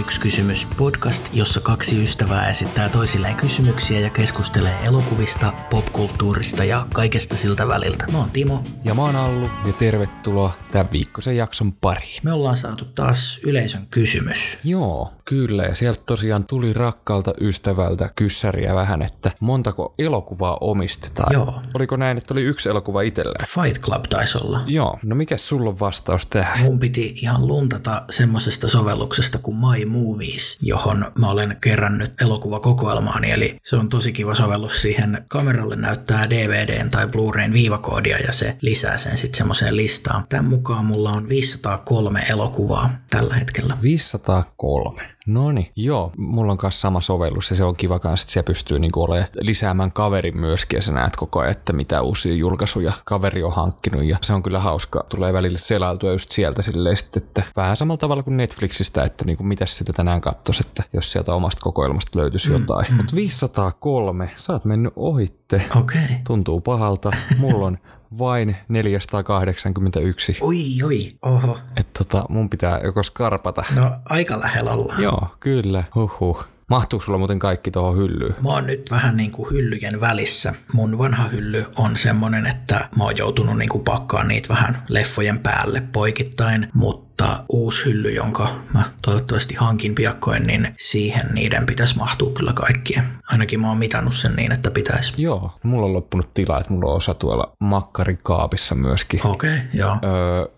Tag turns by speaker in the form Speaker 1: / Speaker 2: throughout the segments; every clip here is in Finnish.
Speaker 1: yksi kysymys podcast, jossa kaksi ystävää esittää toisilleen kysymyksiä ja keskustelee elokuvista, popkulttuurista ja kaikesta siltä väliltä. Mä oon Timo.
Speaker 2: Ja mä oon Allu ja tervetuloa tämän viikkoisen jakson pariin.
Speaker 1: Me ollaan saatu taas yleisön kysymys.
Speaker 2: Joo, kyllä. Ja sieltä tosiaan tuli rakkaalta ystävältä kyssäriä vähän, että montako elokuvaa omistetaan.
Speaker 1: Joo.
Speaker 2: Oliko näin, että oli yksi elokuva itsellään?
Speaker 1: Fight Club taisi olla.
Speaker 2: Joo. No mikä sulla on vastaus tähän?
Speaker 1: Mun piti ihan luntata semmoisesta sovelluksesta kuin My Movies, johon mä olen kerännyt elokuvakokoelmaani. Eli se on tosi kiva sovellus siihen. Kameralle näyttää DVDn tai Blu-rayn viivakoodia ja se lisää sen sitten semmoiseen listaan. Tämän mukaan mulla on 503 elokuvaa tällä hetkellä.
Speaker 2: 503. Noni, joo, mulla on kanssa sama sovellus ja se on kiva kanssa, että siellä pystyy niinku olemaan lisäämään kaverin myöskin ja sä näet koko ajan, että mitä uusia julkaisuja kaveri on hankkinut ja se on kyllä hauskaa. Tulee välillä selailtua just sieltä silleen sitten, että vähän samalla tavalla kuin Netflixistä, että niinku mitä sitä tänään katsoisi, että jos sieltä omasta kokoelmasta löytyisi jotain. Mut 503, sä oot mennyt ohitte.
Speaker 1: Okei. Okay.
Speaker 2: Tuntuu pahalta. Mulla on vain 481.
Speaker 1: Oi, oi, oho.
Speaker 2: Että tota, mun pitää joko skarpata.
Speaker 1: No aika lähellä ollaan.
Speaker 2: Joo, kyllä. Huhhuh. Mahtuuko sulla muuten kaikki tuohon hyllyyn?
Speaker 1: Mä oon nyt vähän niin kuin hyllyjen välissä. Mun vanha hylly on semmonen, että mä oon joutunut niin kuin pakkaan niitä vähän leffojen päälle poikittain, mutta uusi hylly, jonka mä toivottavasti hankin piakkoin, niin siihen niiden pitäisi mahtua kyllä kaikkien. Ainakin mä oon mitannut sen niin, että pitäisi.
Speaker 2: Joo, mulla on loppunut tila, että mulla on osa tuolla makkarikaapissa myöskin.
Speaker 1: Okei, okay, joo.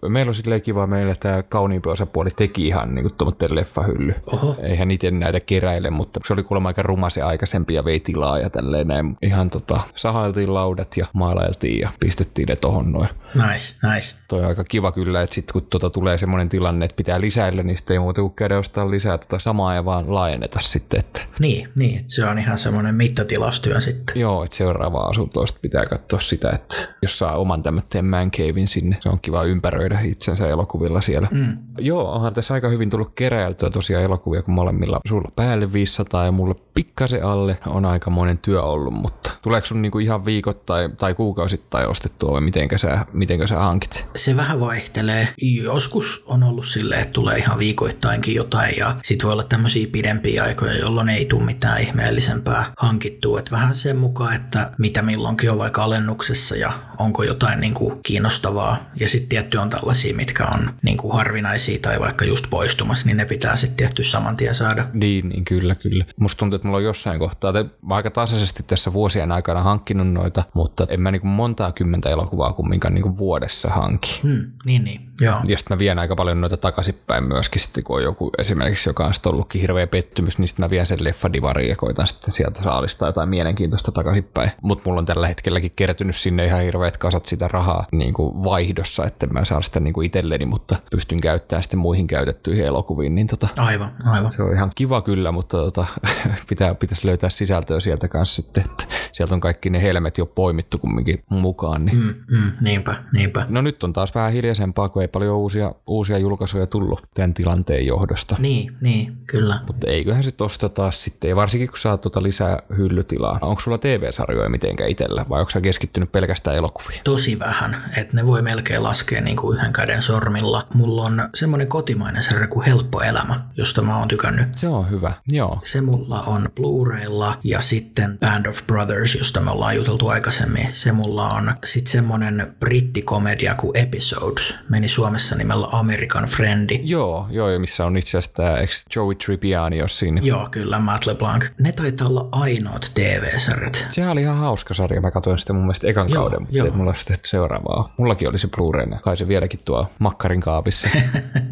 Speaker 2: Öö, meillä on silleen kiva, meillä tämä kauniimpi osapuoli teki ihan niin tuommoinen leffahylly.
Speaker 1: Oho.
Speaker 2: Eihän itse näitä keräile, mutta se oli kuulemma aika ruma se aikaisempi ja vei tilaa ja tälleen näin. Ihan tota, sahailtiin laudat ja maalailtiin ja pistettiin ne tohon noin.
Speaker 1: Nice, nice.
Speaker 2: Toi on aika kiva kyllä, että sitten kun tota tulee semmoinen tilanne, että pitää lisäillä, niin sitten ei muuta kuin käydä ostaa lisää tota samaa ja vaan laajenneta sitten. Että,
Speaker 1: Niin, niin, että se on ihan semmoinen mittatilaustyö sitten.
Speaker 2: joo, että seuraavaa asuntoa sit pitää katsoa sitä, että jos saa oman tämmöisen man cavein sinne, se on kiva ympäröidä itsensä elokuvilla siellä.
Speaker 1: Mm.
Speaker 2: Joo, onhan tässä aika hyvin tullut keräiltyä tosiaan elokuvia, kun molemmilla sulla päälle 500 ja mulla pikkasen alle on aikamoinen työ ollut, mutta tuleeko sun niinku ihan viikoittain tai kuukausittain ostettua vai mitenkä sä, mitenkä sä hankit?
Speaker 1: Se vähän vaihtelee. Joskus on ollut silleen, että tulee ihan viikoittainkin jotain ja sit voi olla tämmöisiä pidempiä aikoja, jolloin ei tule mitään ihmeellisempää hankittua. Et vähän sen mukaan, että mitä milloinkin on vaikka alennuksessa ja onko jotain niin kuin kiinnostavaa. Ja sitten tietty on tällaisia, mitkä on niin kuin harvinaisia tai vaikka just poistumassa, niin ne pitää sitten tietty saman tien saada.
Speaker 2: Niin, niin kyllä, kyllä. Musta tuntuu, että mulla on jossain kohtaa, te, mä aika tasaisesti tässä vuosien aikana hankkinut noita, mutta en mä niinku montaa kymmentä elokuvaa kumminkaan niinku vuodessa hanki.
Speaker 1: Hmm, niin, niin. Joo.
Speaker 2: Ja sitten mä vien aika paljon noita takaisinpäin myöskin, sitten kun on joku esimerkiksi, joka on sitten ollutkin hirveä pettymys, niin sitten mä vien sen leffadivariin ja koitan sitten sieltä saalistaa jotain mielenkiintoista takaisinpäin. Mutta mulla on tällä hetkelläkin kertynyt sinne ihan hirveät kasat sitä rahaa niin kuin vaihdossa, että mä saan sitä niin kuin itselleni, mutta pystyn käyttämään sitten muihin käytettyihin elokuviin, niin tota,
Speaker 1: Aivan, aivan.
Speaker 2: se on ihan kiva kyllä, mutta tota, pitää, pitäisi löytää sisältöä sieltä kanssa sitten, että sieltä on kaikki ne helmet jo poimittu kumminkin mukaan. Niin.
Speaker 1: Mm, mm, niinpä, niinpä.
Speaker 2: No nyt on taas vähän hiljaisempaa, kun ei paljon uusia, uusia julkaisuja tullut tämän tilanteen johdosta.
Speaker 1: Niin, niin, kyllä.
Speaker 2: Mutta eiköhän se tosta taas sitten, ja varsinkin kun saa tuota lisää hyllytilaa. Onko sulla TV-sarjoja mitenkään itsellä, vai onko sä keskittynyt pelkästään elokuviin?
Speaker 1: Tosi vähän, että ne voi melkein laskea niin kuin yhden käden sormilla. Mulla on semmoinen kotimainen sarja kuin Helppo elämä, josta mä oon tykännyt.
Speaker 2: Se on hyvä, joo.
Speaker 1: Se mulla on Blu-raylla ja sitten Band of Brothers, josta me ollaan juteltu aikaisemmin. Se mulla on sitten semmonen brittikomedia kuin Episodes, meni Suomessa nimellä American Friendi.
Speaker 2: Joo, joo, ja missä on itse asiassa tämä eikö Joey Tribbiani ole siinä.
Speaker 1: Joo, kyllä, Matt LeBlanc. Ne taitaa olla ainoat TV-sarjat.
Speaker 2: Sehän oli ihan hauska sarja. Mä katsoin sitä mun mielestä ekan
Speaker 1: Joo,
Speaker 2: joo, kauden, mutta
Speaker 1: joo.
Speaker 2: joo. mulla sitten seuraavaa. Mullakin oli se blu rayna kai se vieläkin tuo makkarin kaapissa.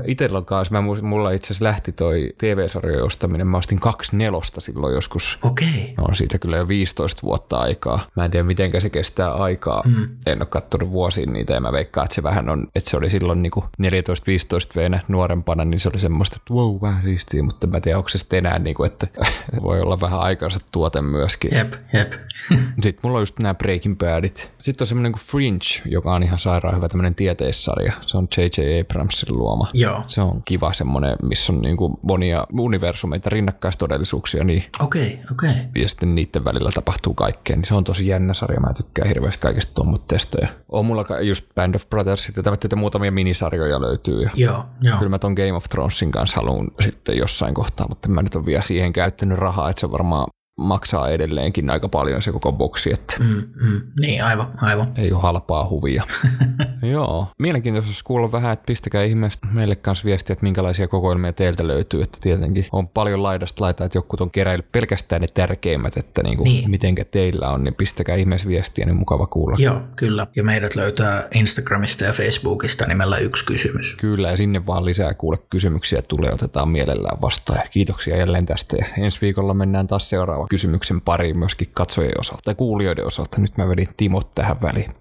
Speaker 2: Itellä on kanssa, mä, muist- mulla itse asiassa lähti toi TV-sarjojen ostaminen. Mä ostin kaksi nelosta silloin joskus.
Speaker 1: Okei.
Speaker 2: No on siitä kyllä jo 15 vuotta aikaa. Mä en tiedä, miten se kestää aikaa. Mm. En ole kattonut vuosiin niitä ja mä veikkaan, että se vähän on, että se oli silloin niinku 14-15 veenä nuorempana, niin se oli semmoista, että wow, vähän siistiä, mutta mä en tiedä, onko se sitten enää, niinku, että voi olla vähän aikansa tuote myöskin.
Speaker 1: Jep, jep.
Speaker 2: Sitten mulla on just nämä Breaking Badit. Sitten on semmoinen kuin Fringe, joka on ihan sairaan hyvä tämmöinen tieteissarja. Se on J.J. Abramsin luoma.
Speaker 1: Joo.
Speaker 2: Se on kiva semmoinen, missä on niinku monia universumeita, rinnakkaistodellisuuksia, niin
Speaker 1: Okei, okei.
Speaker 2: ja sitten niiden välillä tapahtuu kaikkea, niin se on tosi jännä sarja. Mä tykkään hirveästi kaikista tuommoitteista. Ja on mulla ka- just Band of Brothers ja tämmöitä muutamia minisarjoja löytyy. Ja
Speaker 1: Joo, joo.
Speaker 2: Kyllä mä ton Game of Thronesin kanssa haluan sitten jossain kohtaa, mutta en mä nyt ole vielä siihen käyttänyt rahaa, että se varmaan maksaa edelleenkin aika paljon se koko boksi, että
Speaker 1: Mm, mm. Niin, aivan, aivan.
Speaker 2: ei ole halpaa huvia. Joo, mielenkiintoista olisi kuulla vähän, että pistäkää ihmeestä meille kanssa viestiä, että minkälaisia kokoelmia teiltä löytyy, että tietenkin on paljon laidasta laitaa, että jotkut on keräillyt pelkästään ne tärkeimmät, että niinku,
Speaker 1: Niin.
Speaker 2: niin. mitenkä teillä on, niin pistäkää ihmeessä viestiä, niin mukava kuulla.
Speaker 1: Joo, kyllä. Ja meidät löytää Instagramista ja Facebookista nimellä yksi kysymys.
Speaker 2: Kyllä, ja sinne vaan lisää kuule kysymyksiä tulee, otetaan mielellään vastaan. Ja Kiitoksia jälleen tästä. Ja ensi viikolla mennään taas seuraava kysymyksen pariin myöskin katsojien osalta tai kuulijoiden osalta. Nyt mä vedin Timot tähän väliin.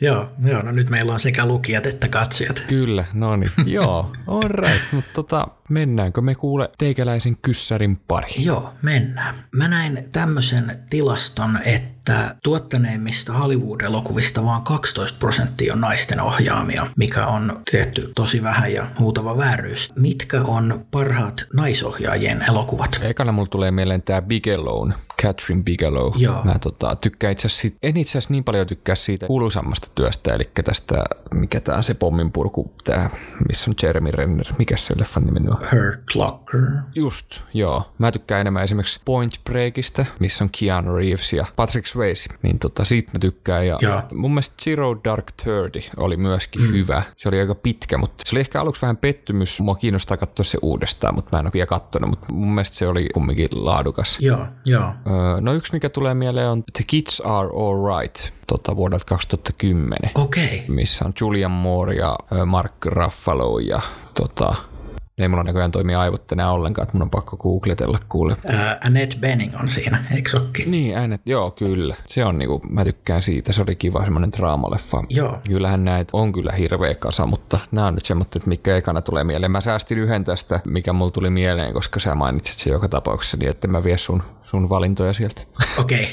Speaker 1: Joo, joo, no nyt meillä on sekä lukijat että katsojat.
Speaker 2: Kyllä, no niin. Joo, all right. Mutta tota, mennäänkö me kuule teikäläisen kyssärin pariin?
Speaker 1: Joo, mennään. Mä näin tämmöisen tilaston, että tuottaneimmista Hollywood-elokuvista vaan 12 prosenttia on naisten ohjaamia, mikä on tietty tosi vähän ja huutava vääryys. Mitkä on parhaat naisohjaajien elokuvat?
Speaker 2: Ekana mulla tulee mieleen tää Bigelow, Catherine Bigelow.
Speaker 1: Joo.
Speaker 2: Mä tota, tykkään itse asiassa, siitä- en itse asiassa niin paljon tykkää siitä kuuluisammasta työstä, eli tästä, mikä tää on se pommin purku, tää, missä on Jeremy Renner, mikä se leffan nimi on?
Speaker 1: Her Clocker.
Speaker 2: Just, joo. Mä tykkään enemmän esimerkiksi Point Breakista, missä on Keanu Reeves ja Patrick Swayze. Niin tota, siitä mä tykkään. Ja
Speaker 1: Joo.
Speaker 2: mun mielestä Zero Dark Thirty oli myöskin mm. hyvä. Se oli aika pitkä, mutta se oli ehkä aluksi vähän pettymys. Mua kiinnostaa katsoa se uudestaan, mutta mä en ole vielä kattonut, mutta mun mielestä se oli kumminkin laadukas.
Speaker 1: Joo, joo.
Speaker 2: Öö, No yksi, mikä tulee mieleen on The Kids Are Alright tota, vuodelta 2010
Speaker 1: Okei.
Speaker 2: missä on Julian Moore ja ö, Mark Ruffalo ja tota, ei mulla näköjään toimi aivot tänään ollenkaan, että mun on pakko googletella kuule.
Speaker 1: Ää, Äh, Annette Bening on siinä, eikö sokki?
Speaker 2: Niin, äänet, joo kyllä. Se on niinku, mä tykkään siitä, se oli kiva semmonen draamaleffa.
Speaker 1: Joo.
Speaker 2: Kyllähän näitä on kyllä hirveä kasa, mutta nämä on nyt semmoiset, mikä ekana tulee mieleen. Mä säästin yhden tästä, mikä mulla tuli mieleen, koska sä mainitsit sen joka tapauksessa, niin että mä vie sun, sun valintoja sieltä.
Speaker 1: Okei.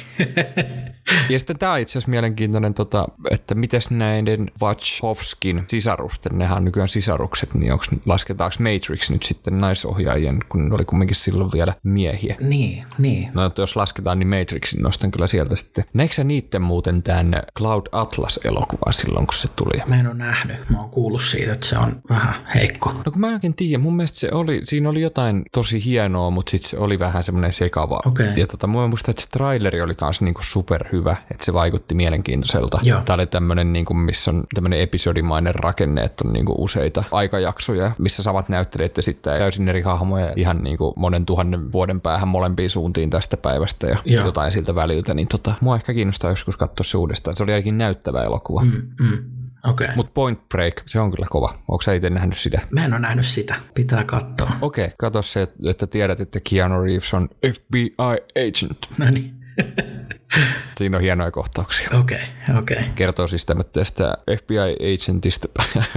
Speaker 2: Ja sitten tämä on itse asiassa mielenkiintoinen, tota, että mites näiden Wachowskin sisarusten, nehän on nykyään sisarukset, niin onks, lasketaanko Matrix nyt sitten naisohjaajien, kun ne oli kumminkin silloin vielä miehiä?
Speaker 1: niin, niin.
Speaker 2: No, että jos lasketaan, niin Matrixin nostan kyllä sieltä sitten. Näikö sä niitten muuten tämän Cloud Atlas-elokuvan silloin, kun se tuli?
Speaker 1: Mä en ole nähnyt, mä oon kuullut siitä, että se on vähän heikko.
Speaker 2: No kun mä en oikein tiedä, mun mielestä se oli, siinä oli jotain tosi hienoa, mutta sitten se oli vähän semmoinen sekava.
Speaker 1: Okei.
Speaker 2: Ja tota, mä muistan, että se traileri oli kanssa niinku superhyvä, että se vaikutti mielenkiintoiselta.
Speaker 1: Joo.
Speaker 2: Tää oli tämmönen, niinku, missä on tämmönen episodimainen rakenne, että on niinku useita aikajaksoja, missä samat näyttelijät esittää täysin eri hahmoja ihan niinku monen tuhannen vuoden päähän molempiin suuntiin tästä päivästä ja
Speaker 1: Joo.
Speaker 2: jotain siltä väliltä. Niin tota, mua ehkä kiinnostaa joskus katsoa se uudestaan. Se oli ainakin näyttävä elokuva. Mm.
Speaker 1: Mm, mm. Okei.
Speaker 2: Mutta Point Break, se on kyllä kova. Onko sä itse nähnyt sitä?
Speaker 1: Mä en ole nähnyt sitä, pitää katsoa.
Speaker 2: Okei, kato se, että tiedät, että Keanu Reeves on FBI agent.
Speaker 1: No niin,
Speaker 2: Siinä on hienoja kohtauksia.
Speaker 1: okei, okei.
Speaker 2: Kertoo siis tämmöistä FBI agentista,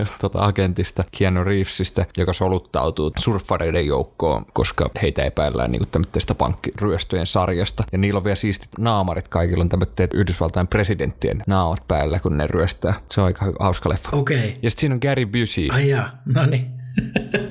Speaker 2: tota agentista Keanu Reevesistä, joka soluttautuu surffareiden joukkoon, koska heitä epäillään niin tämmöistä pankkiryöstöjen sarjasta. Ja niillä on vielä siistit naamarit kaikilla on tämmöiset Yhdysvaltain presidenttien naamat päällä, kun ne ryöstää. Se on aika hauska leffa.
Speaker 1: Okei,
Speaker 2: Ja sitten siinä on Gary Busey,
Speaker 1: ai jaa, no niin.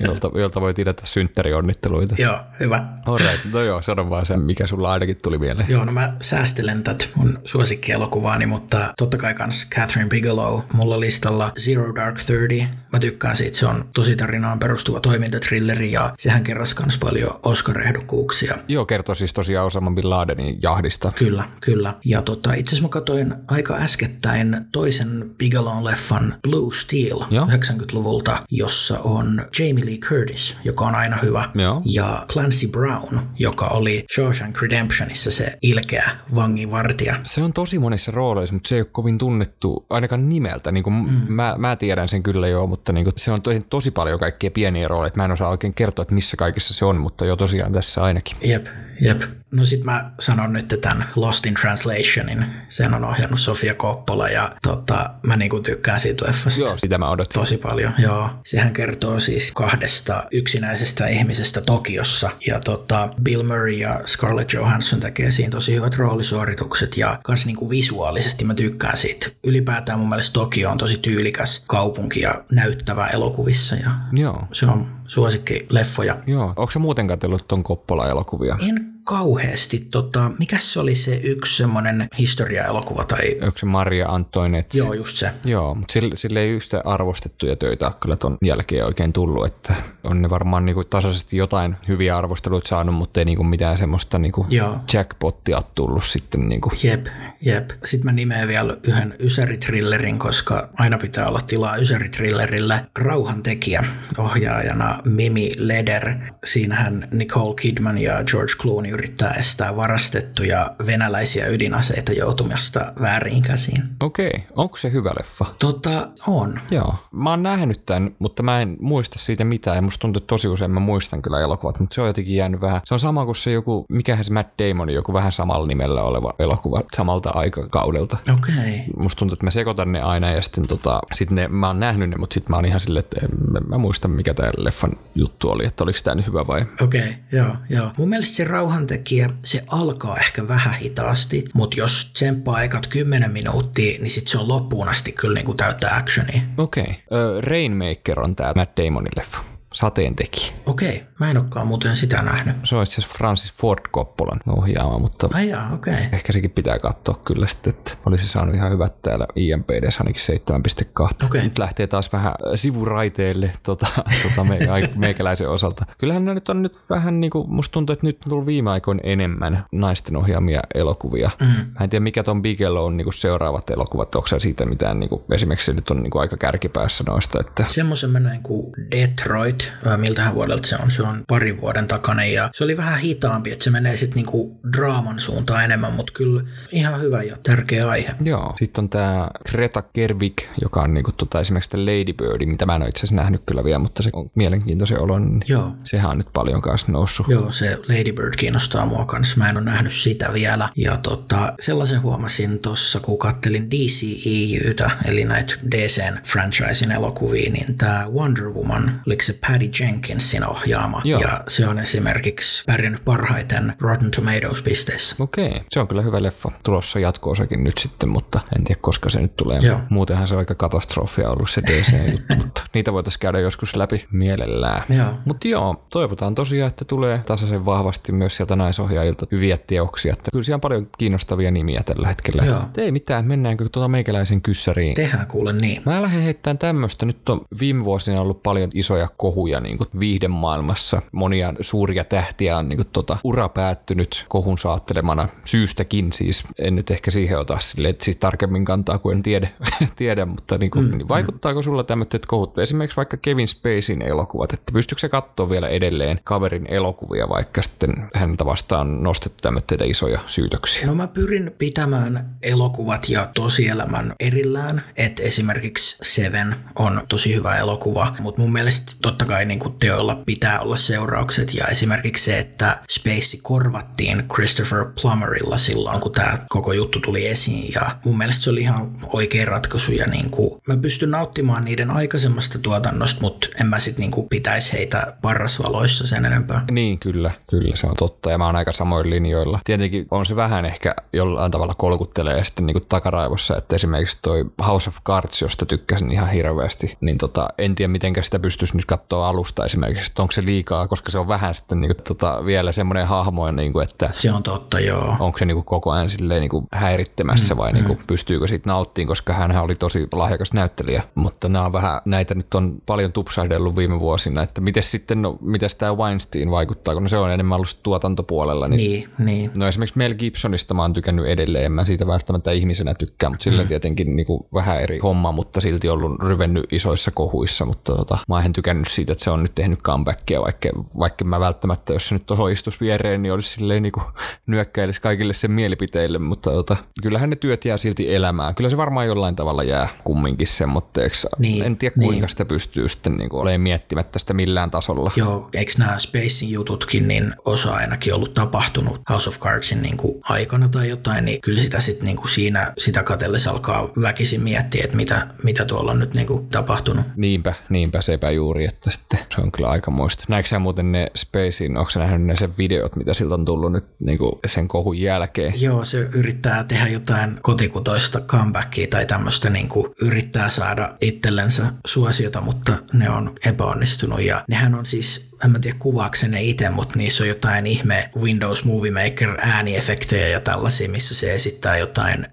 Speaker 2: jolta, jolta voi tilata synttärionnitteluita.
Speaker 1: Joo, hyvä.
Speaker 2: Alright, no joo, sano vaan se, mikä sulla ainakin tuli mieleen.
Speaker 1: Joo, no mä säästelen tätä mun suosikkielokuvaani, mutta totta kai kans Catherine Bigelow mulla listalla Zero Dark Thirty. Mä tykkään siitä, se on tosi tarinaan perustuva toimintatrilleri ja sehän kerras kans paljon Oscar-ehdokkuuksia.
Speaker 2: Joo, kertoo siis tosiaan Osama Bin Ladenin jahdista.
Speaker 1: Kyllä, kyllä. Ja tota, itse asiassa mä katsoin aika äskettäin toisen Bigelown leffan Blue Steel
Speaker 2: Joo.
Speaker 1: 90-luvulta, jossa on Jamie Lee Curtis, joka on aina hyvä,
Speaker 2: Joo.
Speaker 1: ja Clancy Brown, joka oli Shawshank Redemptionissa se ilkeä vanginvartija.
Speaker 2: Se on tosi monissa rooleissa, mutta se ei ole kovin tunnettu ainakaan nimeltä. Niin kuin mm. mä, mä, tiedän sen kyllä joo, mutta niin kuin se on tosi, tosi paljon kaikkia pieniä rooleja. Mä en osaa oikein kertoa, että missä kaikissa se on, mutta jo tosiaan tässä ainakin.
Speaker 1: Jep, jep. No sit mä sanon nyt tämän Lost in Translationin. Sen on ohjannut Sofia Coppola ja tota, mä niinku tykkään siitä leffasta.
Speaker 2: Joo, sitä mä odotin.
Speaker 1: Tosi paljon, joo. Sehän kertoo siis kahdesta yksinäisestä ihmisestä Tokiossa. Ja tota, Bill Murray ja Scarlett Johansson tekee siinä tosi hyvät roolisuoritukset ja kans niinku visuaalisesti mä tykkään siitä. Ylipäätään mun mielestä Tokio on tosi tyylikäs kaupunki ja näyttävä elokuvissa ja
Speaker 2: Joo.
Speaker 1: se on suosikki leffoja.
Speaker 2: Joo. Onko sä muuten katsellut ton Koppola-elokuvia?
Speaker 1: En kauheasti, tota, mikä se oli se yksi semmoinen historiaelokuva tai...
Speaker 2: Onko se Maria Antoinette?
Speaker 1: Joo, just se.
Speaker 2: Joo, mutta sille, sille ei yhtä arvostettuja töitä ole kyllä ton jälkeen oikein tullut, että on ne varmaan niinku tasaisesti jotain hyviä arvosteluita saanut, mutta ei niinku mitään semmoista niinku
Speaker 1: Joo.
Speaker 2: jackpottia ole tullut sitten. Niinku.
Speaker 1: Jep, jep. Sitten mä nimeän vielä yhden ysäritrillerin, koska aina pitää olla tilaa ysäritrillerille. Rauhantekijä ohjaajana Mimi Leder. Siinähän Nicole Kidman ja George Clooney yrittää estää varastettuja venäläisiä ydinaseita joutumasta väärin käsiin.
Speaker 2: Okei, onko se hyvä leffa?
Speaker 1: Tota, on.
Speaker 2: Joo. Mä oon nähnyt tämän, mutta mä en muista siitä mitään. Ja musta tuntuu, että tosi usein mä muistan kyllä elokuvat, mutta se on jotenkin jäänyt vähän. Se on sama kuin se joku, mikähän se Matt Damonin joku vähän samalla nimellä oleva elokuva samalta aikakaudelta.
Speaker 1: Okei. Okay.
Speaker 2: Musta tuntuu, että mä sekoitan ne aina ja sitten tota, sit ne, mä oon nähnyt ne, mutta sitten mä oon ihan silleen, että en mä, mä muista mikä tämä leffan juttu oli, että oliko tämä nyt hyvä vai.
Speaker 1: Okei, okay, joo, joo. Mun mielestä se rauhantekijä, se alkaa ehkä vähän hitaasti, mutta jos tsemppaa ekat 10 minuuttia, niin sit se on loppuun asti kyllä niinku täyttä actionia.
Speaker 2: Okei. Okay. Rainmaker on tämä Matt Damonin leffa. Sateentekijä.
Speaker 1: Okei, okay, mä en olekaan muuten sitä nähnyt.
Speaker 2: Se on itse asiassa Francis Ford Coppolan ohjaama, mutta
Speaker 1: Ai jaa, okei. Okay.
Speaker 2: ehkä sekin pitää katsoa kyllä sitten, että olisi saanut ihan hyvät täällä IMPD ainakin 7.2.
Speaker 1: Okei.
Speaker 2: Nyt lähtee taas vähän sivuraiteille tota, tota me, ai- meikäläisen osalta. Kyllähän ne nyt on nyt vähän niin kuin, musta tuntuu, että nyt on tullut viime aikoina enemmän naisten ohjaamia elokuvia. Mm. Mä en tiedä, mikä ton Bigelow on niin kuin seuraavat elokuvat, onko sä siitä mitään, niin kuin, esimerkiksi se nyt on niin kuin aika kärkipäässä noista, että
Speaker 1: Semmoisen mä näin kuin Detroit, Ö, miltähän vuodelta se on, se on parin vuoden takainen ja se oli vähän hitaampi, että se menee sitten niinku draaman suuntaan enemmän, mutta kyllä ihan hyvä ja tärkeä aihe.
Speaker 2: Joo. Sitten on tämä Greta Gerwig, joka on niinku tota esimerkiksi tämä Lady Bird, mitä mä en ole itse asiassa nähnyt kyllä vielä, mutta se on mielenkiintoisen olon.
Speaker 1: Joo.
Speaker 2: Sehän on nyt paljon kanssa noussut.
Speaker 1: Joo, se Lady Bird kiinnostaa mua kanssa. Mä en ole nähnyt sitä vielä. Ja tota, sellaisen huomasin tuossa, kun kattelin DCEUtä, eli näitä DCn franchisein elokuvia, niin tämä Wonder Woman, oliko se Patty Jenkinsin ohjaama.
Speaker 2: Joo.
Speaker 1: Ja se on esimerkiksi pärjännyt parhaiten Rotten Tomatoes-pisteissä.
Speaker 2: Okei, se on kyllä hyvä leffa. Tulossa jatko-osakin nyt sitten, mutta en tiedä koska se nyt tulee.
Speaker 1: Joo.
Speaker 2: Muutenhan se on aika katastrofia ollut se DC-juttu, mutta niitä voitaisiin käydä joskus läpi mielellään.
Speaker 1: Joo.
Speaker 2: Mutta joo, toivotaan tosiaan, että tulee tasaisen vahvasti myös sieltä naisohjaajilta hyviä teoksia. Että kyllä siellä on paljon kiinnostavia nimiä tällä hetkellä.
Speaker 1: Joo.
Speaker 2: Mut Ei mitään, mennäänkö tuota meikäläisen kyssäriin.
Speaker 1: Tehdään kuule niin.
Speaker 2: Mä lähden heittämään tämmöistä. Nyt on viime vuosina ollut paljon isoja kohuja niin kuin viihdemaailmassa. Monia suuria tähtiä on niin kuin tota, ura päättynyt kohun saattelemana syystäkin siis. En nyt ehkä siihen ota sille, että siis tarkemmin kantaa kuin en tiedä, tiedä mutta niin kuin, mm, niin vaikuttaako sulla tämmöiset kohut? Esimerkiksi vaikka Kevin Spaceyn elokuvat, että pystyykö se katsoa vielä edelleen kaverin elokuvia, vaikka sitten häntä vastaan on nostettu tämmöitä isoja syytöksiä?
Speaker 1: No mä pyrin pitämään elokuvat ja tosielämän erillään, että esimerkiksi Seven on tosi hyvä elokuva, mutta mun mielestä totta kai niin kuin teoilla pitää olla seuraukset ja esimerkiksi se, että Space korvattiin Christopher Plummerilla silloin, kun tämä koko juttu tuli esiin ja mun mielestä se oli ihan oikea ratkaisu ja niin kuin mä pystyn nauttimaan niiden aikaisemmasta tuotannosta, mutta en mä sit niin kuin pitäisi heitä parrasvaloissa sen enempää.
Speaker 2: Niin, kyllä, kyllä se on totta ja mä oon aika samoin linjoilla. Tietenkin on se vähän ehkä jollain tavalla kolkuttelee sitten niin takaraivossa, että esimerkiksi toi House of Cards, josta tykkäsin ihan hirveästi, niin tota, en tiedä miten sitä pystyisi nyt katsoa alusta esimerkiksi, että onko se liikaa, koska se on vähän sitten niin kuin, tota, vielä semmoinen hahmo, niin kuin, että
Speaker 1: Se on totta, joo.
Speaker 2: onko se niin kuin koko ajan silleen niin kuin häirittämässä vai niin kuin pystyykö siitä nauttiin, koska hän oli tosi lahjakas näyttelijä. Mutta nämä on vähän, näitä nyt on paljon tupsahdellut viime vuosina, että miten sitten, no, mitäs tämä Weinstein vaikuttaa, kun no se on enemmän ollut tuotantopuolella, niin
Speaker 1: Niin, niin.
Speaker 2: No esimerkiksi Mel Gibsonista mä oon tykännyt edelleen, en mä siitä välttämättä ihmisenä tykkää, mutta sillä mm. tietenkin niin kuin vähän eri homma, mutta silti ollut ryvennyt isoissa kohuissa, mutta tota, mä oon tykännyt siitä, että se on nyt tehnyt comebackia, vaikka, vaikka mä välttämättä, jos se nyt tuohon istus viereen, niin olisi silleen niin kuin nyökkäilisi kaikille sen mielipiteille, mutta tota, kyllähän ne työt jää silti elämään. Kyllä se varmaan jollain tavalla jää kumminkin semmoitteeksi.
Speaker 1: Niin,
Speaker 2: en tiedä kuinka sitä pystyy sitten niin kuin olemaan miettimättä sitä millään tasolla.
Speaker 1: Joo, eikö nämä Spacein jututkin, niin osa ainakin ollut tapahtunut House of Cardsin niin kuin aikana tai jotain, niin kyllä sitä sitten niin kuin siinä sitä katellessa alkaa väkisin miettiä, että mitä, mitä tuolla on nyt niin kuin tapahtunut.
Speaker 2: Niinpä, niinpä sepä juuri, että sitten se on kyllä aikamoista. Näetkö sä muuten ne Spacein, onko sä nähnyt ne sen videot, mitä siltä on tullut nyt niin kuin sen kohun jälkeen?
Speaker 1: Joo, se yrittää tehdä jotain kotikutoista comebackia tai tämmöistä niin kuin yrittää saada itsellensä suosiota, mutta ne on epäonnistunut ja nehän on siis en mä tiedä kuvaakseni ne itse, mutta niissä on jotain ihme Windows Movie Maker ääniefektejä ja tällaisia, missä se esittää jotain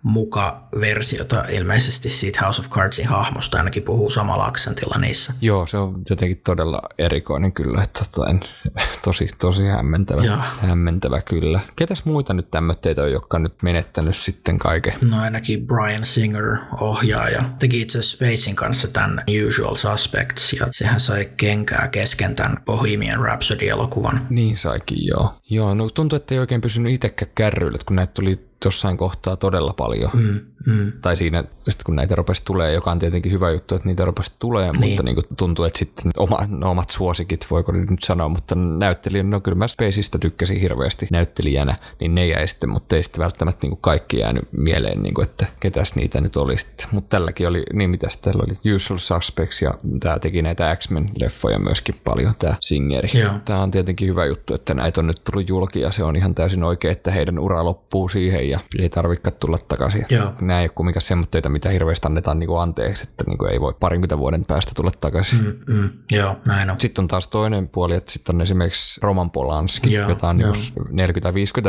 Speaker 1: muka-versiota ilmeisesti siitä House of Cardsin hahmosta, ainakin puhuu samalla aksentilla niissä.
Speaker 2: Joo, se on jotenkin todella erikoinen kyllä, että tota en, tosi, tosi hämmentävä,
Speaker 1: Joo.
Speaker 2: hämmentävä kyllä. Ketäs muita nyt tämmöitä on, jotka on nyt menettänyt sitten kaiken?
Speaker 1: No ainakin Brian Singer, ohjaaja, teki itse asiassa Spacen kanssa tämän Usual Suspects, ja sehän sai kenkää kesken tämän Bohemian Rhapsody-elokuvan.
Speaker 2: Niin saikin, joo. Joo, no tuntuu, että ei oikein pysynyt itsekään kärryillä, että kun näitä tuli jossain kohtaa todella paljon. Mm.
Speaker 1: Mm.
Speaker 2: Tai siinä, sit kun näitä rupesi tulee, joka on tietenkin hyvä juttu, että niitä rupesi tulee, niin. mutta niin kuin tuntuu, että sitten oma, no omat suosikit, voiko ne nyt sanoa, mutta näyttelijä, no kyllä mä Spaceista tykkäsin hirveästi näyttelijänä, niin ne jäi sitten, mutta ei sitten välttämättä niin kuin kaikki jäänyt mieleen, niin kuin, että ketäs niitä nyt oli sitten. Mutta tälläkin oli, niin mitäs täällä oli, Usual Suspects ja tämä teki näitä X-Men-leffoja myöskin paljon, tämä Singeri.
Speaker 1: Joo.
Speaker 2: Tämä on tietenkin hyvä juttu, että näitä on nyt tullut julki ja se on ihan täysin oikein, että heidän ura loppuu siihen ja ei tarvitse tulla takaisin.
Speaker 1: Joo.
Speaker 2: Nämä ei ole kumminkaan semmoitteita, mitä hirveästi annetaan niin kuin anteeksi, että niin kuin ei voi parinkymmentä vuoden päästä tulla takaisin. Mm.
Speaker 1: Mm, mm. Joo, näin on.
Speaker 2: Sitten on taas toinen puoli, että sitten on esimerkiksi Roman Polanski,
Speaker 1: Joo,
Speaker 2: jota on niin
Speaker 1: joo.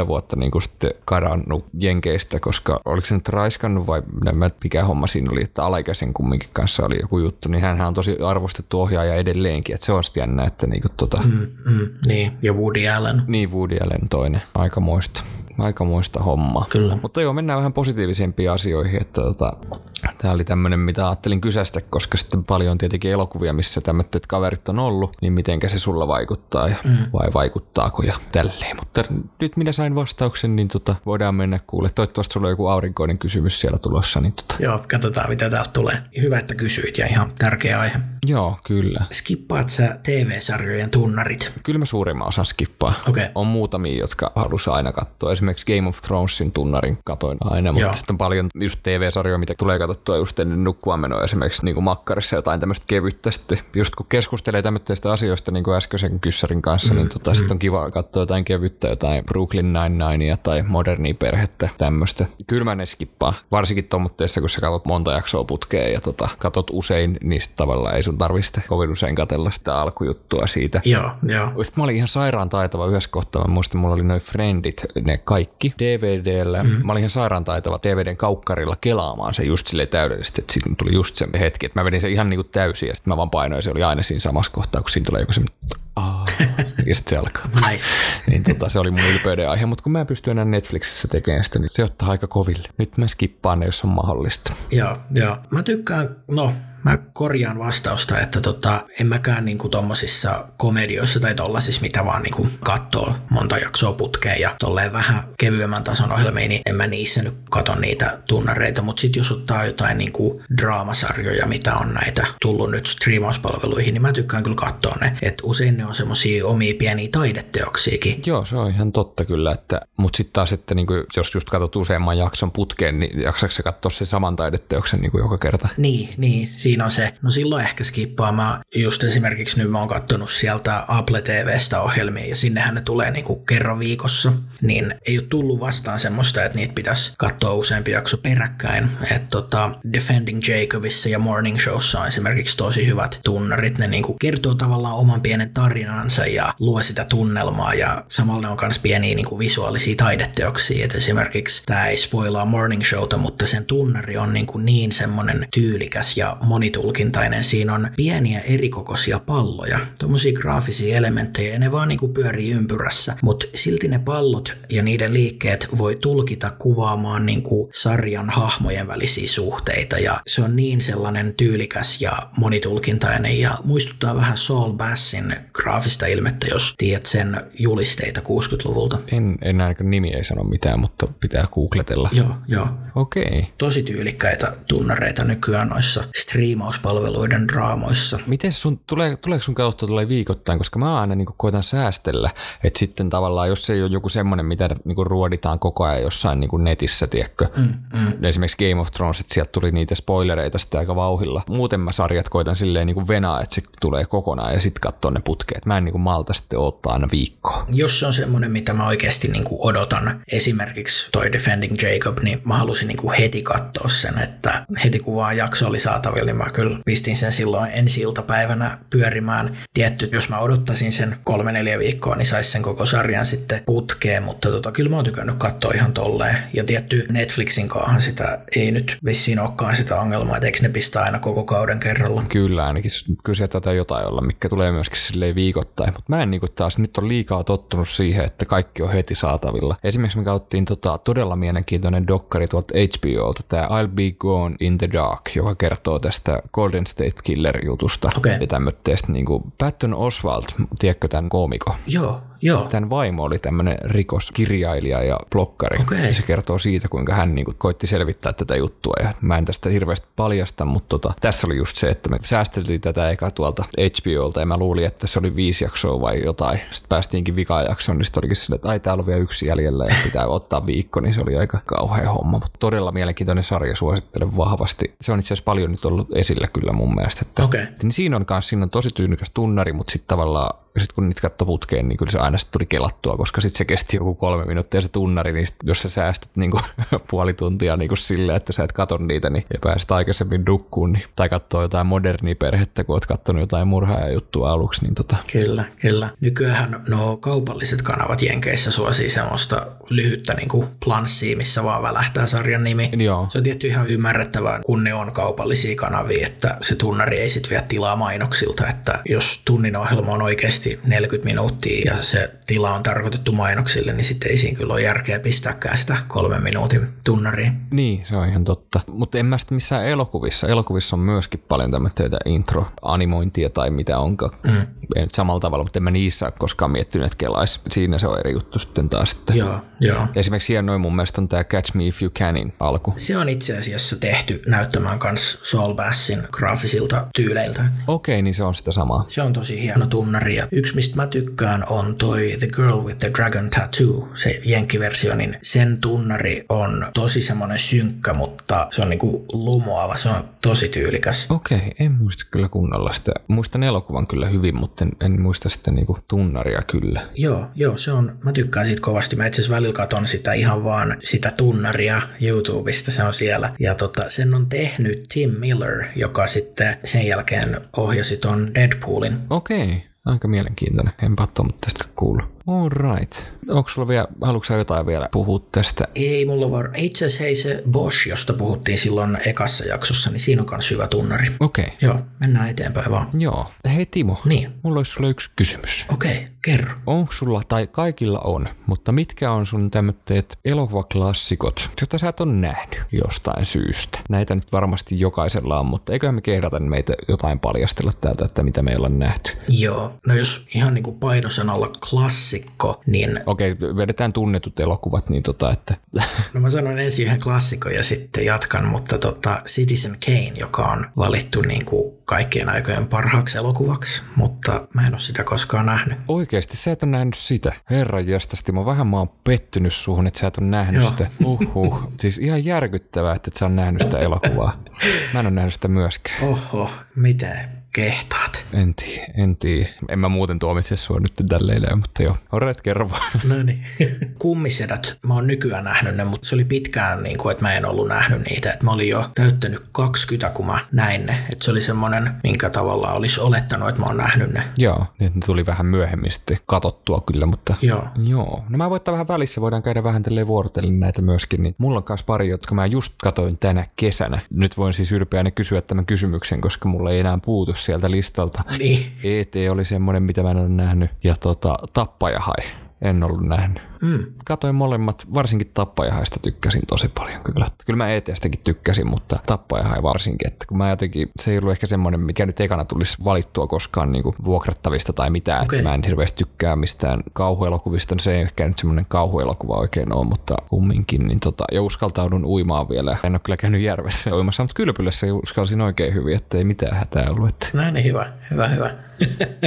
Speaker 2: 40-50 vuotta niin kuin sitten karannut Jenkeistä, koska oliko se nyt raiskannut vai en mä- mikä homma siinä oli, että alaikäisen kumminkin kanssa oli joku juttu, niin hän on tosi arvostettu ohjaaja edelleenkin, että se on sitten jännä, että niin kuin tota, mm.
Speaker 1: Mm, mm. Niin, ja Woody Allen.
Speaker 2: niin Woody Allen toinen, aika moista. Aika moista hommaa.
Speaker 1: Kyllä.
Speaker 2: Mutta joo, mennään vähän positiivisempiin asioihin, että tota, tämä oli tämmöinen, mitä ajattelin kysästä, koska sitten paljon on tietenkin elokuvia, missä tämmöiset kaverit on ollut, niin mitenkä se sulla vaikuttaa ja mm. vai vaikuttaako ja tälleen. Mutta nyt minä sain vastauksen, niin tota, voidaan mennä kuule. Toivottavasti sulla on joku aurinkoinen kysymys siellä tulossa, niin tota,
Speaker 1: Joo, katsotaan mitä täältä tulee. Hyvä, että kysyit ja ihan tärkeä aihe.
Speaker 2: joo, kyllä.
Speaker 1: Skippaat sä TV-sarjojen tunnarit?
Speaker 2: Kyllä mä suurimman osan skippaa.
Speaker 1: Okei.
Speaker 2: On muutamia, jotka halus aina katsoa. Esimerkiksi Game of Thronesin tunnarin katoin aina, mutta
Speaker 1: Joo.
Speaker 2: sitten on paljon just TV-sarjoja, mitä tulee katsottua just ennen nukkua menoa. Esimerkiksi niin kuin makkarissa jotain tämmöistä kevyttä sitten. Just kun keskustelee tämmöistä asioista niin kuin äskeisen kyssärin kanssa, niin tota, sitten on kiva katsoa jotain kevyttä, jotain Brooklyn Nine-Ninea tai modernia perhettä, tämmöistä. Kyllä mä ne skippaa. Varsinkin tommotteessa, kun sä katsot monta jaksoa putkeen ja tota, katot usein, niistä tavalla ei sun tarvitse kovin usein katella sitä alkujuttua siitä.
Speaker 1: Joo, joo.
Speaker 2: Sitten mä olin ihan sairaan taitava yhdessä kohtaa. Mä muistan, mulla oli noin Friendit, ne kaikki DVDllä. Mm. Mä olin ihan sairaan taitava DVDn kaukkarilla kelaamaan se just silleen täydellisesti, että siinä tuli just se hetki, että mä vedin sen ihan niinku täysin ja sitten mä vaan painoin, se oli aina siinä samassa kohtaa, kun siinä tulee joku semmoinen "Aa", ja sitten se alkaa.
Speaker 1: Nice.
Speaker 2: niin tota, se oli mun ylpeyden aihe, mutta kun mä en pysty enää Netflixissä tekemään sitä, niin se ottaa aika koville. Nyt mä skippaan ne, jos on mahdollista.
Speaker 1: Joo, joo. Mä tykkään, no mä korjaan vastausta, että tota, en mäkään niinku tommosissa komedioissa tai tollasissa, mitä vaan niinku kattoo monta jaksoa putkeen ja tolleen vähän kevyemmän tason ohjelmiin, niin en mä niissä nyt kato niitä tunnareita, mutta sit jos ottaa jotain niinku draamasarjoja, mitä on näitä tullut nyt striimauspalveluihin, niin mä tykkään kyllä katsoa ne, että usein ne on semmosia omia pieniä taideteoksiakin.
Speaker 2: Joo, se on ihan totta kyllä, että, mutta sitten taas, että niinku, jos just katsot useamman jakson putkeen, niin jaksatko sä katsoa sen saman taideteoksen niinku joka kerta?
Speaker 1: Niin, niin, siinä on se. No silloin ehkä skippaa. Mä just esimerkiksi nyt mä oon kattonut sieltä Apple TVstä ohjelmia ja sinnehän ne tulee niinku kerran viikossa. Niin ei ole tullut vastaan semmoista, että niitä pitäisi katsoa useampi jakso peräkkäin. Et tota, Defending Jacobissa ja Morning Showssa on esimerkiksi tosi hyvät tunnarit. Ne niinku kertoo tavallaan oman pienen tarinansa ja luo sitä tunnelmaa ja samalla ne on myös pieniä niinku visuaalisia taideteoksia. Et esimerkiksi tämä ei spoilaa Morning Showta, mutta sen tunnari on niinku niin semmoinen tyylikäs ja monitulkintainen. Siinä on pieniä erikokoisia palloja, tuommoisia graafisia elementtejä ja ne vaan niinku pyörii ympyrässä. Mutta silti ne pallot ja niiden liikkeet voi tulkita kuvaamaan niinku sarjan hahmojen välisiä suhteita ja se on niin sellainen tyylikäs ja monitulkintainen ja muistuttaa vähän Saul Bassin graafista ilmettä, jos tiedät sen julisteita 60-luvulta.
Speaker 2: En, en ainakaan nimi ei sano mitään, mutta pitää googletella.
Speaker 1: Joo, joo.
Speaker 2: Okei. Okay.
Speaker 1: Tosi tyylikkäitä tunnareita nykyään noissa striimauspalveluiden draamoissa.
Speaker 2: Miten sun, tulee, tuleeko sun kautta tulee viikoittain, koska mä aina niin koitan säästellä, että sitten tavallaan jos se ei ole joku semmoinen, mitä niin ruoditaan koko ajan jossain niin netissä, tiedätkö? Mm, mm. Esimerkiksi Game of Thrones, että sieltä tuli niitä spoilereita sitten aika vauhilla. Muuten mä sarjat koitan silleen niin venaa, että se tulee kokonaan ja sitten katsoa ne putkeet. Mä en niin malta sitten odottaa aina viikkoa.
Speaker 1: Jos se on semmoinen, mitä mä oikeasti niin kuin odotan, esimerkiksi niinku toi Defending Jacob, niin mä halusin niin kuin heti katsoa sen, että heti kun vaan jakso oli saatavilla, niin mä Mä kyllä pistin sen silloin ensi iltapäivänä pyörimään. Tietty, jos mä odottaisin sen kolme neljä viikkoa, niin saisi sen koko sarjan sitten putkeen, mutta tota, kyllä mä oon tykännyt katsoa ihan tolleen. Ja tietty Netflixin kaahan sitä ei nyt vissiin olekaan sitä ongelmaa, että eikö ne pistä aina koko kauden kerralla.
Speaker 2: Kyllä ainakin, kyllä sieltä tätä jotain olla, mikä tulee myöskin silleen viikoittain. Mutta mä en niinku taas nyt on liikaa tottunut siihen, että kaikki on heti saatavilla. Esimerkiksi me kauttiin tota, todella mielenkiintoinen dokkari tuolta HBOlta, tämä I'll Be Gone in the Dark, joka kertoo tästä Golden State Killer-jutusta
Speaker 1: Okei.
Speaker 2: ja tämmöistä. Niinku Patton Oswald, tiedätkö tämän koomikon?
Speaker 1: Joo, joo.
Speaker 2: Tämän vaimo oli tämmöinen rikoskirjailija ja blokkari.
Speaker 1: Okei.
Speaker 2: Ja se kertoo siitä, kuinka hän niin koitti selvittää tätä juttua. Ja mä en tästä hirveästi paljasta, mutta tota, tässä oli just se, että me säästeltiin tätä eka tuolta HBOlta ja mä luulin, että se oli viisi jaksoa vai jotain. Sitten päästiinkin vika jaksoon, niin sitten olikin silleen, että ai täällä on vielä yksi jäljellä ja pitää ottaa viikko, niin se oli aika kauhea homma. Mutta todella mielenkiintoinen sarja, suosittelen vahvasti. Se on itse asiassa paljon nyt ollut esillä kyllä mun mielestä. Että
Speaker 1: Okei.
Speaker 2: niin siinä on kans, siinä on tosi tyynykäs tunnari, mutta sitten tavallaan sit kun niitä katsoi putkeen, niin kyllä se aina sit tuli kelattua, koska sitten se kesti joku kolme minuuttia se tunnari, niin sit, jos sä säästät niinku puoli tuntia niinku sillä, että sä et kato niitä, niin ja pääset aikaisemmin nukkuun, niin, tai katsoo jotain modernia perhettä, kun oot katsonut jotain murhaa juttua aluksi, niin tota,
Speaker 1: Kyllä, kyllä. Nykyään no kaupalliset kanavat Jenkeissä suosii semmoista lyhyttä niin kuin planssia, missä vaan välähtää sarjan nimi.
Speaker 2: joo.
Speaker 1: Se on tietty ihan ymmärrettävää, kun ne on kaupallisia kanavia, että se tunnari ei sitten vie tilaa mainoksilta, että jos tunnin ohjelma on oikeasti 40 minuuttia ja se tila on tarkoitettu mainoksille, niin sitten ei siinä kyllä ole järkeä pistääkään sitä kolmen minuutin tunnaria.
Speaker 2: Niin, se on ihan totta. Mutta en mä sitten missään elokuvissa. Elokuvissa on myöskin paljon tämmöitä intro-animointia tai mitä onkaan. Mm. Ei nyt samalla tavalla, mutta en mä niissä ole koskaan miettinyt, että kelais. Siinä se on eri juttu sitten taas. Että.
Speaker 1: Joo, joo.
Speaker 2: Esimerkiksi hienoin mun mielestä on tämä Catch Me If You Canin alku.
Speaker 1: Se on itse asiassa tehty näyttämään myös Saul Bassin graafisilta tyyleiltä.
Speaker 2: Okei, niin se on sitä samaa.
Speaker 1: Se on tosi hieno tunnari ja yksi mistä mä tykkään on toi The Girl with the Dragon Tattoo, se jenkkiversio, niin sen tunnari on tosi semmoinen synkkä, mutta se on niinku lumoava, se on tosi tyylikäs.
Speaker 2: Okei, en muista kyllä kunnolla sitä. Muistan elokuvan kyllä hyvin, mutta en, en muista sitä niinku tunnaria kyllä.
Speaker 1: Joo, joo, se on, mä tykkään siitä kovasti. Mä itse asiassa välillä katon sitä ihan vaan sitä tunnaria YouTubesta, se on siellä. Ja tota, sen on tehnyt Tim Miller, joka sitten sen jälkeen ohjasi ton Deadpoolin.
Speaker 2: Okei, aika mielenkiintoinen. En patto, mutta tästä kuulu. All right. Onko sulla vielä, haluatko sä jotain vielä puhua tästä
Speaker 1: Ei mulla var... Itse asiassa hei se Bosch, josta puhuttiin silloin ekassa jaksossa, niin siinä on myös hyvä tunnari.
Speaker 2: Okei.
Speaker 1: Joo, mennään eteenpäin vaan.
Speaker 2: Joo. Hei Timo,
Speaker 1: Niin,
Speaker 2: mulla olisi sulle yksi kysymys.
Speaker 1: okei, okay, kerro.
Speaker 2: Onko sulla, tai kaikilla on, mutta mitkä on sun tämmöiset elokuvaklassikot, joita sä et ole nähnyt jostain syystä? Näitä nyt varmasti jokaisella on, mutta eiköhän me kehdata meitä jotain paljastella täältä, että mitä meillä on nähty.
Speaker 1: Joo, no jos ihan niin kuin painosanalla klassikko, niin
Speaker 2: Okei, vedetään tunnetut elokuvat, niin tota, että
Speaker 1: no mä sanon ensin yhden klassikon ja sitten jatkan, mutta tota Citizen Kane, joka on valittu niin kuin kaikkien aikojen parhaaksi elokuvaksi, mutta mä en ole sitä koskaan nähnyt.
Speaker 2: oikeasti sä et ole nähnyt sitä. Herra jästäs, Timo, vähän mä oon pettynyt suhun, että sä et ole nähnyt
Speaker 1: Joo.
Speaker 2: sitä. Uhuh. Siis ihan järkyttävää, että et sä on nähnyt sitä elokuvaa. Mä en ole nähnyt sitä myöskään.
Speaker 1: Oho, miten kehtaat?
Speaker 2: En tiedä, en tiedä. En mä muuten tuomitse sua nyt tällä leillä, mutta joo. Olet kerro vaan.
Speaker 1: No niin. Kummisedät, mä oon nykyään nähnyt ne, mutta se oli pitkään, niin kuin, että mä en ollut nähnyt niitä. Et mä olin jo täyttänyt 20, kun mä näin ne. Et se oli semmoinen, minkä tavalla olisi olettanut, että mä oon nähnyt ne.
Speaker 2: Joo, niin ne tuli vähän myöhemmin sitten katottua kyllä, mutta...
Speaker 1: Joo.
Speaker 2: Joo. No mä voin ottaa vähän välissä, voidaan käydä vähän tälleen vuorotellen näitä myöskin, niin mulla on myös pari, jotka mä just katoin tänä kesänä. Nyt voin siis ylpeänä kysyä tämän kysymyksen, koska mulla ei enää puutu sieltä listalta.
Speaker 1: Niin.
Speaker 2: ET E oli semmoinen, mitä mä en ole nähnyt, ja tota, Tappajahai en ollut nähnyt.
Speaker 1: Mm.
Speaker 2: Katoin molemmat, varsinkin Tappajahaista tykkäsin tosi paljon kyllä. Kyllä mä ETstäkin tykkäsin, mutta Tappajahai varsinkin, että kun mä jotenkin, se ei ollut ehkä semmoinen, mikä nyt ekana tulisi valittua koskaan niin kuin vuokrattavista tai mitään.
Speaker 1: Okei.
Speaker 2: Okay. Mä en hirveästi tykkää mistään kauhuelokuvista, no se ei ehkä nyt semmoinen kauhuelokuva oikein ole, mutta kumminkin, niin tota, ja uskaltaudun uimaan vielä. En ole kyllä käynyt järvessä uimassa, mutta kylpylässä uskalsin oikein hyvin, että ei mitään hätää ollut, että
Speaker 1: No niin, hyvä, hyvä, hyvä.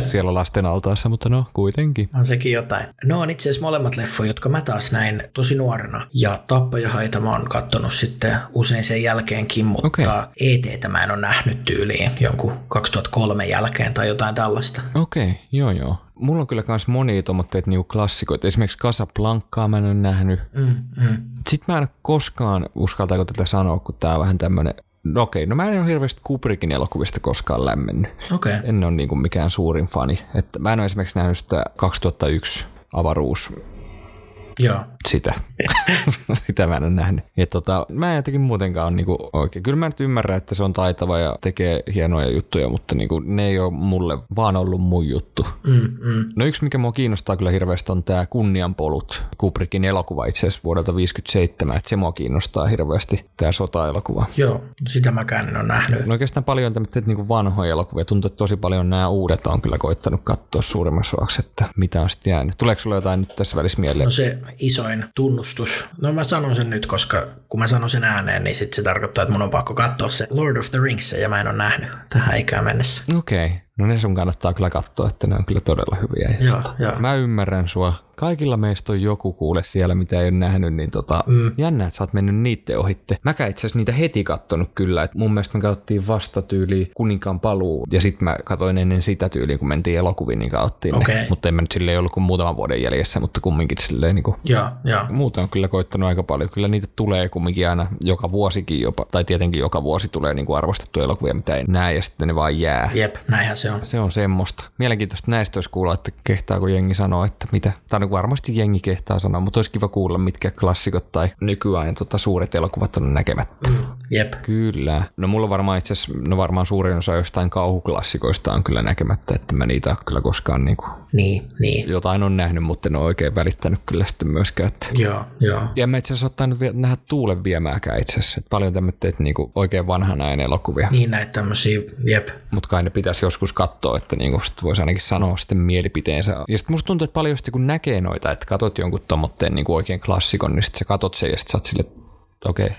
Speaker 2: siellä lasten altaassa, mutta no kuitenkin.
Speaker 1: On sekin jotain. No on itse asiassa molemmat leffoja, jotka mä taas näin tosi nuorena. Ja Tappajahaita mä oon kattonut sitten usein sen jälkeenkin, mutta
Speaker 2: Okei.
Speaker 1: okay. ETtä mä en ole nähnyt tyyliin jonkun 2003 jälkeen tai jotain tällaista.
Speaker 2: Okei, okay, joo joo. Mulla on kyllä myös monia tuommoitteet niinku klassikoita. Esimerkiksi Casablancaa mä en ole nähnyt.
Speaker 1: Mm, mm.
Speaker 2: Sitten mä en ole koskaan, uskaltaako tätä sanoa, kun tää on vähän tämmönen No okei, no mä en ole hirveästi Kubrickin elokuvista koskaan lämmennyt.
Speaker 1: Okei. Okay.
Speaker 2: En ole niin kuin mikään suurin fani. Että mä en ole esimerkiksi nähnyt sitä 2001 avaruus
Speaker 1: Joo.
Speaker 2: sitä. sitä mä en ole nähnyt. Ja tota, mä en jotenkin muutenkaan ole niinku oikein. Kyllä mä nyt ymmärrän, että se on taitava ja tekee hienoja juttuja, mutta niinku, ne ei ole mulle vaan ollut mun juttu.
Speaker 1: Mm, mm.
Speaker 2: No yksi, mikä mua kiinnostaa kyllä hirveästi, on tämä Kunnianpolut, Kubrickin elokuva itse asiassa vuodelta 57, että se mua kiinnostaa hirveästi, tämä sotaelokuva.
Speaker 1: Joo, sitä mäkään en ole nähnyt.
Speaker 2: No oikeastaan paljon tämmöitä niinku vanhoja elokuvia. Tuntuu, että tosi paljon nämä uudet on kyllä koittanut katsoa suurimmassa osaksi, että mitä on sitten jäänyt. Tuleeko sulla jotain nyt tässä välissä mieleen?
Speaker 1: No se isoin tunnustus. No mä sanon sen nyt, koska kun mä sanon sen ääneen, niin sit se tarkoittaa, että mun on pakko katsoa se Lord of the Rings, ja mä en ole nähnyt tähän ikään mennessä.
Speaker 2: Okei. No ne sun kannattaa kyllä katsoa, että ne on kyllä todella hyviä. Ja
Speaker 1: Joo, joo.
Speaker 2: Mä ymmärrän sua. Kaikilla meistä on joku kuule siellä, mitä ei ole nähnyt, niin tota, mm. jännä, että sä oot mennyt niitten ohitte. Mäkä itse asiassa niitä heti kattonut kyllä, että mun mielestä me katsottiin vasta tyyli kuninkaan paluu, ja sitten mä katsoin ennen sitä tyyliä, kun mentiin elokuviin, niin katsottiin ne.
Speaker 1: Okei.
Speaker 2: Mutta en mä nyt silleen ollut kuin muutaman vuoden jäljessä, mutta kumminkin silleen niin kuin
Speaker 1: Joo, joo.
Speaker 2: Muuta on kyllä koittanut aika paljon. Kyllä niitä tulee kumminkin aina joka vuosikin jopa. Tai tietenkin joka vuosi tulee niin kuin arvostettuja elokuvia, mitä ei näe ja sitten ne vaan jää.
Speaker 1: Jep, näinhän se on.
Speaker 2: Se on semmoista. Mielenkiintoista näistä olisi kuulla, että kehtaako jengi sanoa, että mitä. Tai no varmasti jengi kehtaa sanoa, mutta olisi kiva kuulla, mitkä klassikot tai nykyajan tota, suuret elokuvat on näkemättä.
Speaker 1: Jep.
Speaker 2: Kyllä. No mulla varmaan itse asiassa, no varmaan suurin osa jostain kauhuklassikoista on kyllä näkemättä, että mä niitä ole kyllä koskaan niin kuin,
Speaker 1: Niin, niin.
Speaker 2: jotain on nähnyt, mutta en ole oikein välittänyt kyllä sitten myöskään. Että
Speaker 1: Joo, joo.
Speaker 2: ja mä itse asiassa ottanut vielä, nähdä tuulen viemääkään itse asiassa. Et paljon tämmöitä niinku oikein vanhan ajan elokuvia.
Speaker 1: Niin näitä tämmöisiä, jep.
Speaker 2: Mutta kai ne pitäisi joskus katsoa, että niinku sit voisi ainakin sanoa sitten mielipiteensä. Ja sitten musta tuntuu, että paljon just kun näkee noita, että katot jonkun tomotteen niinku oikein klassikon, niin sitten sä katot sen ja sitten sä oot sille, että okei,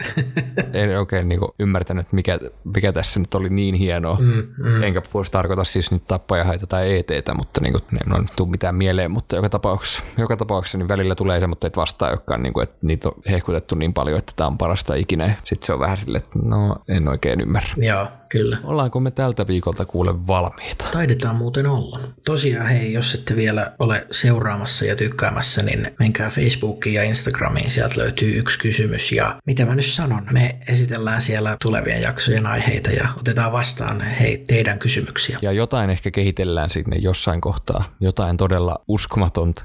Speaker 2: en oikein niinku ymmärtänyt, mikä, mikä tässä nyt oli niin hienoa. Mm, mm. Enkä voisi tarkoita siis nyt tappajahaita tai ETtä, mutta niinku, ne on tuu mitään mieleen, mutta joka tapauksessa, joka tapauksessa niin välillä tulee se, mutta et vastaa jokaan, niinku, että niitä on hehkutettu niin paljon, että tämä on parasta ikinä. Sitten se on vähän silleen, että no en oikein ymmärrä.
Speaker 1: Joo, kyllä.
Speaker 2: Ollaanko me tältä viikolta kuule valmiita?
Speaker 1: Taidetaan muuten olla. Tosiaan hei, jos ette vielä ole seuraamassa ja tykkäämässä, niin menkää Facebookiin ja Instagramiin, sieltä löytyy yksi kysymys. Ja mitä mä nyt sanon, me esitellään siellä tulevien jaksojen aiheita ja otetaan vastaan hei teidän kysymyksiä.
Speaker 2: Ja jotain ehkä kehitellään sinne jossain kohtaa. Jotain todella uskomatonta.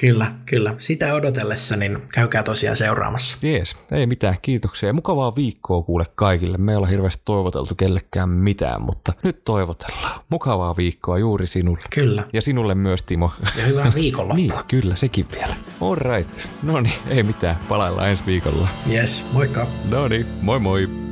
Speaker 1: Kyllä, kyllä. Sitä odotellessa, niin käykää tosiaan seuraamassa.
Speaker 2: Jees, ei mitään, kiitoksia. Ja mukavaa viikkoa kuule kaikille. Me ei olla hirveästi toivoteltu kellekään mitään, mutta nyt toivotellaan. Mukavaa viikkoa juuri sinulle.
Speaker 1: Kyllä.
Speaker 2: Ja sinulle myös, Timo.
Speaker 1: Ja hyvää viikonloppua.
Speaker 2: niin, kyllä, sekin vielä. All right. No niin, ei mitään. Palaillaan ensi viikolla.
Speaker 1: Yes, moikka.
Speaker 2: No niin, moi moi.